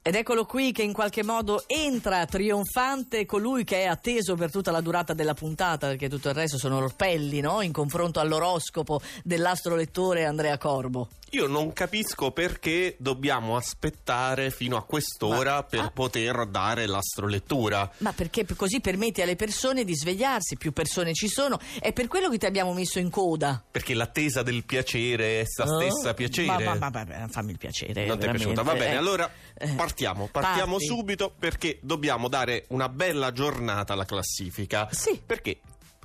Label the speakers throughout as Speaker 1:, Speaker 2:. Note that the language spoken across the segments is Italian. Speaker 1: Ed eccolo qui che in qualche modo entra trionfante colui che è atteso per tutta la durata della puntata, perché tutto il resto sono orpelli, no? In confronto all'oroscopo dell'astrolettore Andrea Corbo.
Speaker 2: Io non capisco perché dobbiamo aspettare fino a quest'ora
Speaker 1: Ma-
Speaker 2: per
Speaker 1: ah.
Speaker 2: poter dare l'astrolettura.
Speaker 1: Ma perché p- così permetti alle persone di svegliarsi, più persone ci sono, è per quello che ti abbiamo messo in coda.
Speaker 2: Perché l'attesa del piacere è essa
Speaker 1: Oh,
Speaker 2: stessa piacere.
Speaker 1: Ma, ma, ma- ma- fammi il piacere.
Speaker 2: non ti è
Speaker 1: veramente.
Speaker 2: piaciuta? Va bene,
Speaker 1: Eh,
Speaker 2: allora
Speaker 1: eh,
Speaker 2: partiamo. Partiamo
Speaker 1: parti.
Speaker 2: subito perché dobbiamo dare una bella giornata alla classifica.
Speaker 1: Sì.
Speaker 2: Perché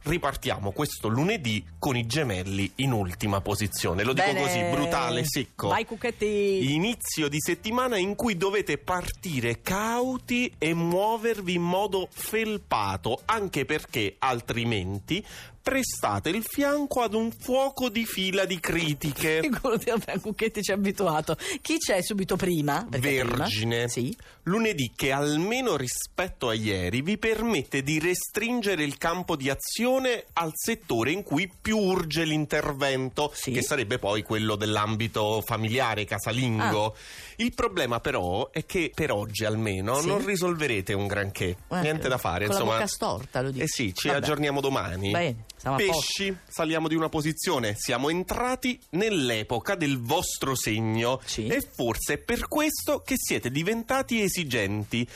Speaker 2: ripartiamo questo lunedì con i gemelli in ultima posizione. Lo dico
Speaker 1: Bene.
Speaker 2: così, brutale, secco.
Speaker 1: Vai Cucchetti.
Speaker 2: Inizio di settimana in cui dovete partire cauti e muovervi in modo felpato, anche perché altrimenti prestate il fianco ad un fuoco di fila di critiche.
Speaker 1: Figurati, vabbè, Cucchetti ci ha abituato. Chi c'è subito prima? Perché prima-
Speaker 2: Vergine.
Speaker 1: Sì.
Speaker 2: Lunedì che almeno rispetto a ieri vi permette di restringere il campo di azione al settore in cui più urge l'intervento,
Speaker 1: Sì.
Speaker 2: che sarebbe poi quello dell'ambito familiare, casalingo.
Speaker 1: Ah.
Speaker 2: Il problema però è che per oggi almeno
Speaker 1: Sì.
Speaker 2: non risolverete un granché,
Speaker 1: Eh,
Speaker 2: niente da fare.
Speaker 1: con la
Speaker 2: insomma.
Speaker 1: bocca storta, lo dico.
Speaker 2: Eh sì, ci
Speaker 1: Vabbè.
Speaker 2: aggiorniamo domani.
Speaker 1: Bene, siamo a posto.
Speaker 2: Pesci, saliamo di una posizione, siamo entrati nell'epoca del vostro segno
Speaker 1: Sì.
Speaker 2: e forse è per questo che siete diventati esigenti,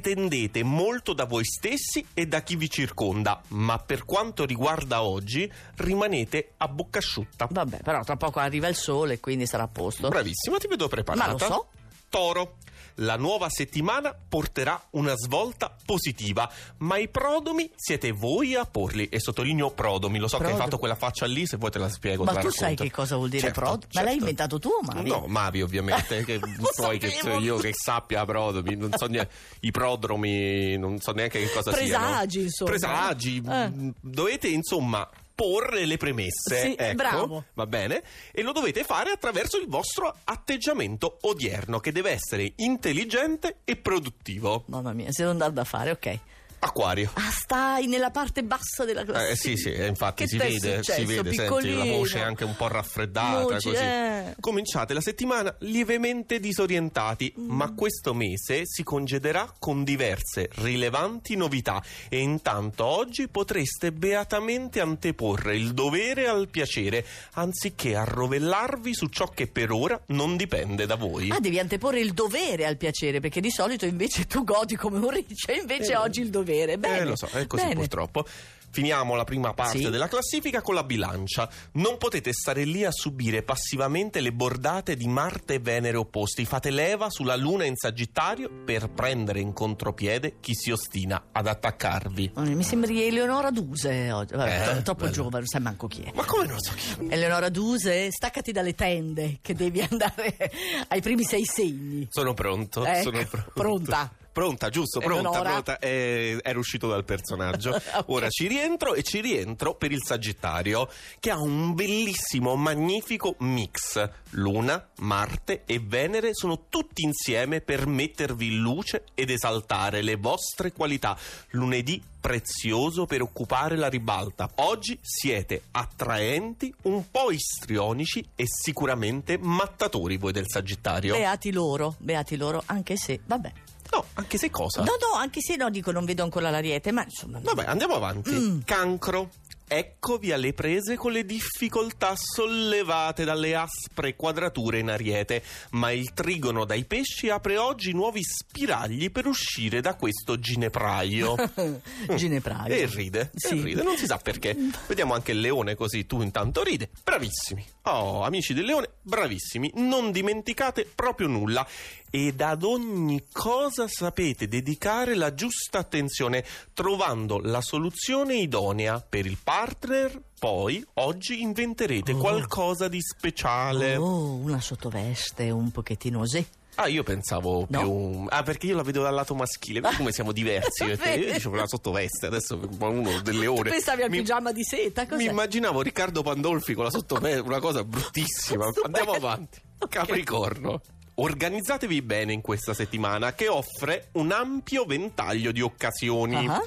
Speaker 2: pretendete molto da voi stessi e da chi vi circonda, ma per quanto riguarda oggi rimanete a bocca asciutta.
Speaker 1: Vabbè, però tra poco arriva il sole, quindi sarà a posto.
Speaker 2: Bravissima, ti vedo preparata.
Speaker 1: Ma lo so.
Speaker 2: Toro. La nuova settimana porterà una svolta positiva, ma i prodomi siete voi a porli. E sottolineo prodomi, lo so che
Speaker 1: Prodomi.
Speaker 2: hai fatto quella faccia lì, se vuoi te la spiego.
Speaker 1: Ma
Speaker 2: te la
Speaker 1: tu sai
Speaker 2: racconto.
Speaker 1: che cosa vuol dire
Speaker 2: Certo,
Speaker 1: prod? Ma l'hai
Speaker 2: certo.
Speaker 1: inventato tu, Mavi?
Speaker 2: No, Mavi ovviamente, che
Speaker 1: Lo
Speaker 2: poi che
Speaker 1: sapevo.
Speaker 2: io che sappia prodomi, non so neanche i prodromi, non so neanche che cosa siano.
Speaker 1: Presagi, insomma.
Speaker 2: Presagi,
Speaker 1: Eh.
Speaker 2: mh, dovete insomma porre le premesse,
Speaker 1: Sì,
Speaker 2: ecco,
Speaker 1: bravo.
Speaker 2: va bene? E lo dovete fare attraverso il vostro atteggiamento odierno che deve essere intelligente e produttivo.
Speaker 1: Mamma mia, se non dar da fare, ok.
Speaker 2: Acquario.
Speaker 1: Ah, stai nella parte bassa della classifica.
Speaker 2: Eh, sì, sì, eh, infatti
Speaker 1: Che
Speaker 2: si
Speaker 1: t'è
Speaker 2: vede, si
Speaker 1: successo,
Speaker 2: vede, senti la
Speaker 1: piccolino?
Speaker 2: voce anche un po' raffreddata
Speaker 1: Luci,
Speaker 2: così.
Speaker 1: eh.
Speaker 2: Cominciate la settimana lievemente disorientati,
Speaker 1: Mm.
Speaker 2: ma questo mese si congederà con diverse rilevanti novità e intanto oggi potreste beatamente anteporre il dovere al piacere, anziché arrovellarvi su ciò che per ora non dipende da voi.
Speaker 1: Ah, devi anteporre il dovere al piacere, perché di solito invece tu godi come un riccio, e invece
Speaker 2: Eh,
Speaker 1: oggi il dovere. Bene,
Speaker 2: Eh, lo so, è così
Speaker 1: bene.
Speaker 2: purtroppo. Finiamo la prima parte
Speaker 1: Sì.
Speaker 2: della classifica con la bilancia. Non potete stare lì a subire passivamente le bordate di Marte e Venere opposti. Fate leva sulla Luna in Sagittario per prendere in contropiede chi si ostina ad attaccarvi.
Speaker 1: Oh, Mi sembri Eleonora Duse oggi. Vabbè,
Speaker 2: Eh,
Speaker 1: tro- troppo
Speaker 2: bello.
Speaker 1: giovane, non sai manco chi è.
Speaker 2: Ma come non so chi?
Speaker 1: Eleonora Duse, staccati dalle tende che devi andare ai primi sei segni.
Speaker 2: Sono pronto,
Speaker 1: Ecco,
Speaker 2: sono pronto.
Speaker 1: pronta.
Speaker 2: Pronta, giusto, pronta,
Speaker 1: Eleonora.
Speaker 2: pronta. Eh, era uscito dal personaggio.
Speaker 1: Ok.
Speaker 2: Ora ci rientro e ci rientro per il Sagittario, che ha un bellissimo, magnifico mix. Luna, Marte e Venere sono tutti insieme per mettervi in luce ed esaltare le vostre qualità. Lunedì prezioso per occupare la ribalta. Oggi siete attraenti, un po' istrionici e sicuramente mattatori voi del Sagittario.
Speaker 1: Beati loro, beati loro, anche se, vabbè.
Speaker 2: No, anche se cosa?
Speaker 1: No, no, anche se no, dico, non vedo ancora l'ariete, ma insomma.
Speaker 2: Vabbè, andiamo avanti.
Speaker 1: Mm.
Speaker 2: Cancro. Eccovi alle prese con le difficoltà sollevate dalle aspre quadrature in ariete, ma il trigono dai pesci apre oggi nuovi spiragli per uscire da questo ginepraio. Mm.
Speaker 1: Ginepraio.
Speaker 2: E ride, e
Speaker 1: Ah, Sì.
Speaker 2: ride, non si sa perché. Vediamo anche il leone così, tu intanto ride. Bravissimi. Oh, amici del leone, bravissimi. Non dimenticate proprio nulla. Ed ad ogni cosa sapete dedicare la giusta attenzione, trovando la soluzione idonea per il partner. Poi, oggi inventerete
Speaker 1: Oh.
Speaker 2: qualcosa di speciale.
Speaker 1: Oh, una sottoveste, un pochettino osè.
Speaker 2: Ah, io pensavo
Speaker 1: No.
Speaker 2: più. Ah, perché io la vedo dal lato maschile. Vedi come siamo diversi? Perché io dicevo la sottoveste, adesso uno del leone.
Speaker 1: Tu pensavi al
Speaker 2: Mi-
Speaker 1: pigiama di seta, cos'è?
Speaker 2: Mi immaginavo Riccardo Pandolfi con la sottoveste, una cosa bruttissima.
Speaker 1: Stupendo.
Speaker 2: Andiamo avanti.
Speaker 1: Ok.
Speaker 2: Capricorno. Organizzatevi bene in questa settimana che offre un ampio ventaglio di occasioni.
Speaker 1: Ah.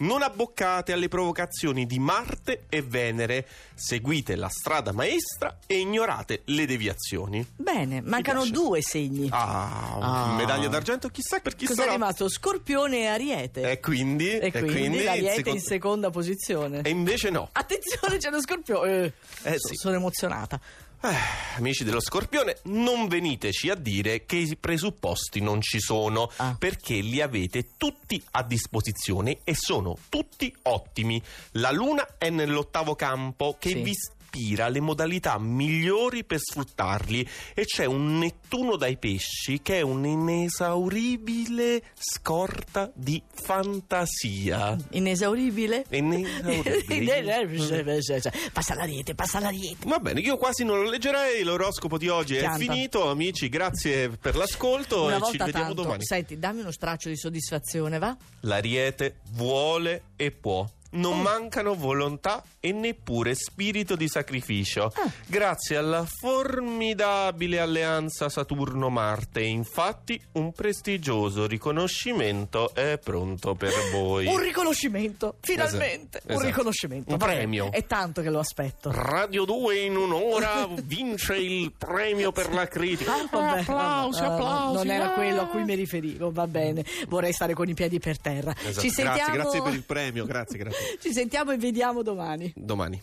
Speaker 2: Non abboccate alle provocazioni di Marte e Venere, seguite la strada maestra e ignorate le deviazioni.
Speaker 1: Bene, mancano
Speaker 2: piace.
Speaker 1: due segni.
Speaker 2: Ah,
Speaker 1: Ah.
Speaker 2: medaglia d'argento, chissà per chi
Speaker 1: Cos'è
Speaker 2: sarà.
Speaker 1: rimasto? Scorpione e Ariete.
Speaker 2: E quindi,
Speaker 1: e quindi, l'Ariete
Speaker 2: secondo-
Speaker 1: in seconda posizione.
Speaker 2: E invece no.
Speaker 1: Attenzione, c'è lo scorpione. Eh,
Speaker 2: Eh,
Speaker 1: so-
Speaker 2: sì.
Speaker 1: Sono emozionata.
Speaker 2: Eh, amici dello Scorpione, non veniteci a dire che i presupposti non ci sono,
Speaker 1: Ah.
Speaker 2: perché li avete tutti a disposizione e sono tutti ottimi. La Luna è nell'ottavo campo che
Speaker 1: Sì.
Speaker 2: vi ispira le modalità migliori per sfruttarli e c'è un Nettuno dai pesci che è un'inesauribile scorta di fantasia.
Speaker 1: Inesauribile.
Speaker 2: Inesauribile.
Speaker 1: cioè, passa l'Ariete, passa l'Ariete.
Speaker 2: Va bene, io quasi non lo leggerei. L'oroscopo di oggi
Speaker 1: Pianta.
Speaker 2: è finito. Amici, grazie per l'ascolto
Speaker 1: Una
Speaker 2: e ci
Speaker 1: volta
Speaker 2: vediamo
Speaker 1: tanto,
Speaker 2: domani.
Speaker 1: senti, dammi uno straccio di soddisfazione, va?
Speaker 2: L'ariete vuole e può. Non
Speaker 1: Oh.
Speaker 2: mancano volontà e neppure spirito di sacrificio.
Speaker 1: Ah.
Speaker 2: Grazie alla formidabile alleanza Saturno-Marte, infatti, un prestigioso riconoscimento è pronto per voi.
Speaker 1: Un riconoscimento, finalmente,
Speaker 2: Esatto,
Speaker 1: un
Speaker 2: esatto.
Speaker 1: riconoscimento.
Speaker 2: Un premio. Ah,
Speaker 1: È tanto che lo aspetto.
Speaker 2: Radio 2 in un'ora vince il premio per la critica.
Speaker 1: Ah, vabbè,
Speaker 2: applausi,
Speaker 1: vabbè,
Speaker 2: applausi.
Speaker 1: Non era
Speaker 2: eh.
Speaker 1: quello a cui mi riferivo, va bene. Vorrei stare con i piedi per terra.
Speaker 2: Esatto.
Speaker 1: Ci sentiamo.
Speaker 2: Grazie, grazie per il premio, grazie, grazie.
Speaker 1: Ci sentiamo e vediamo domani.
Speaker 2: Domani.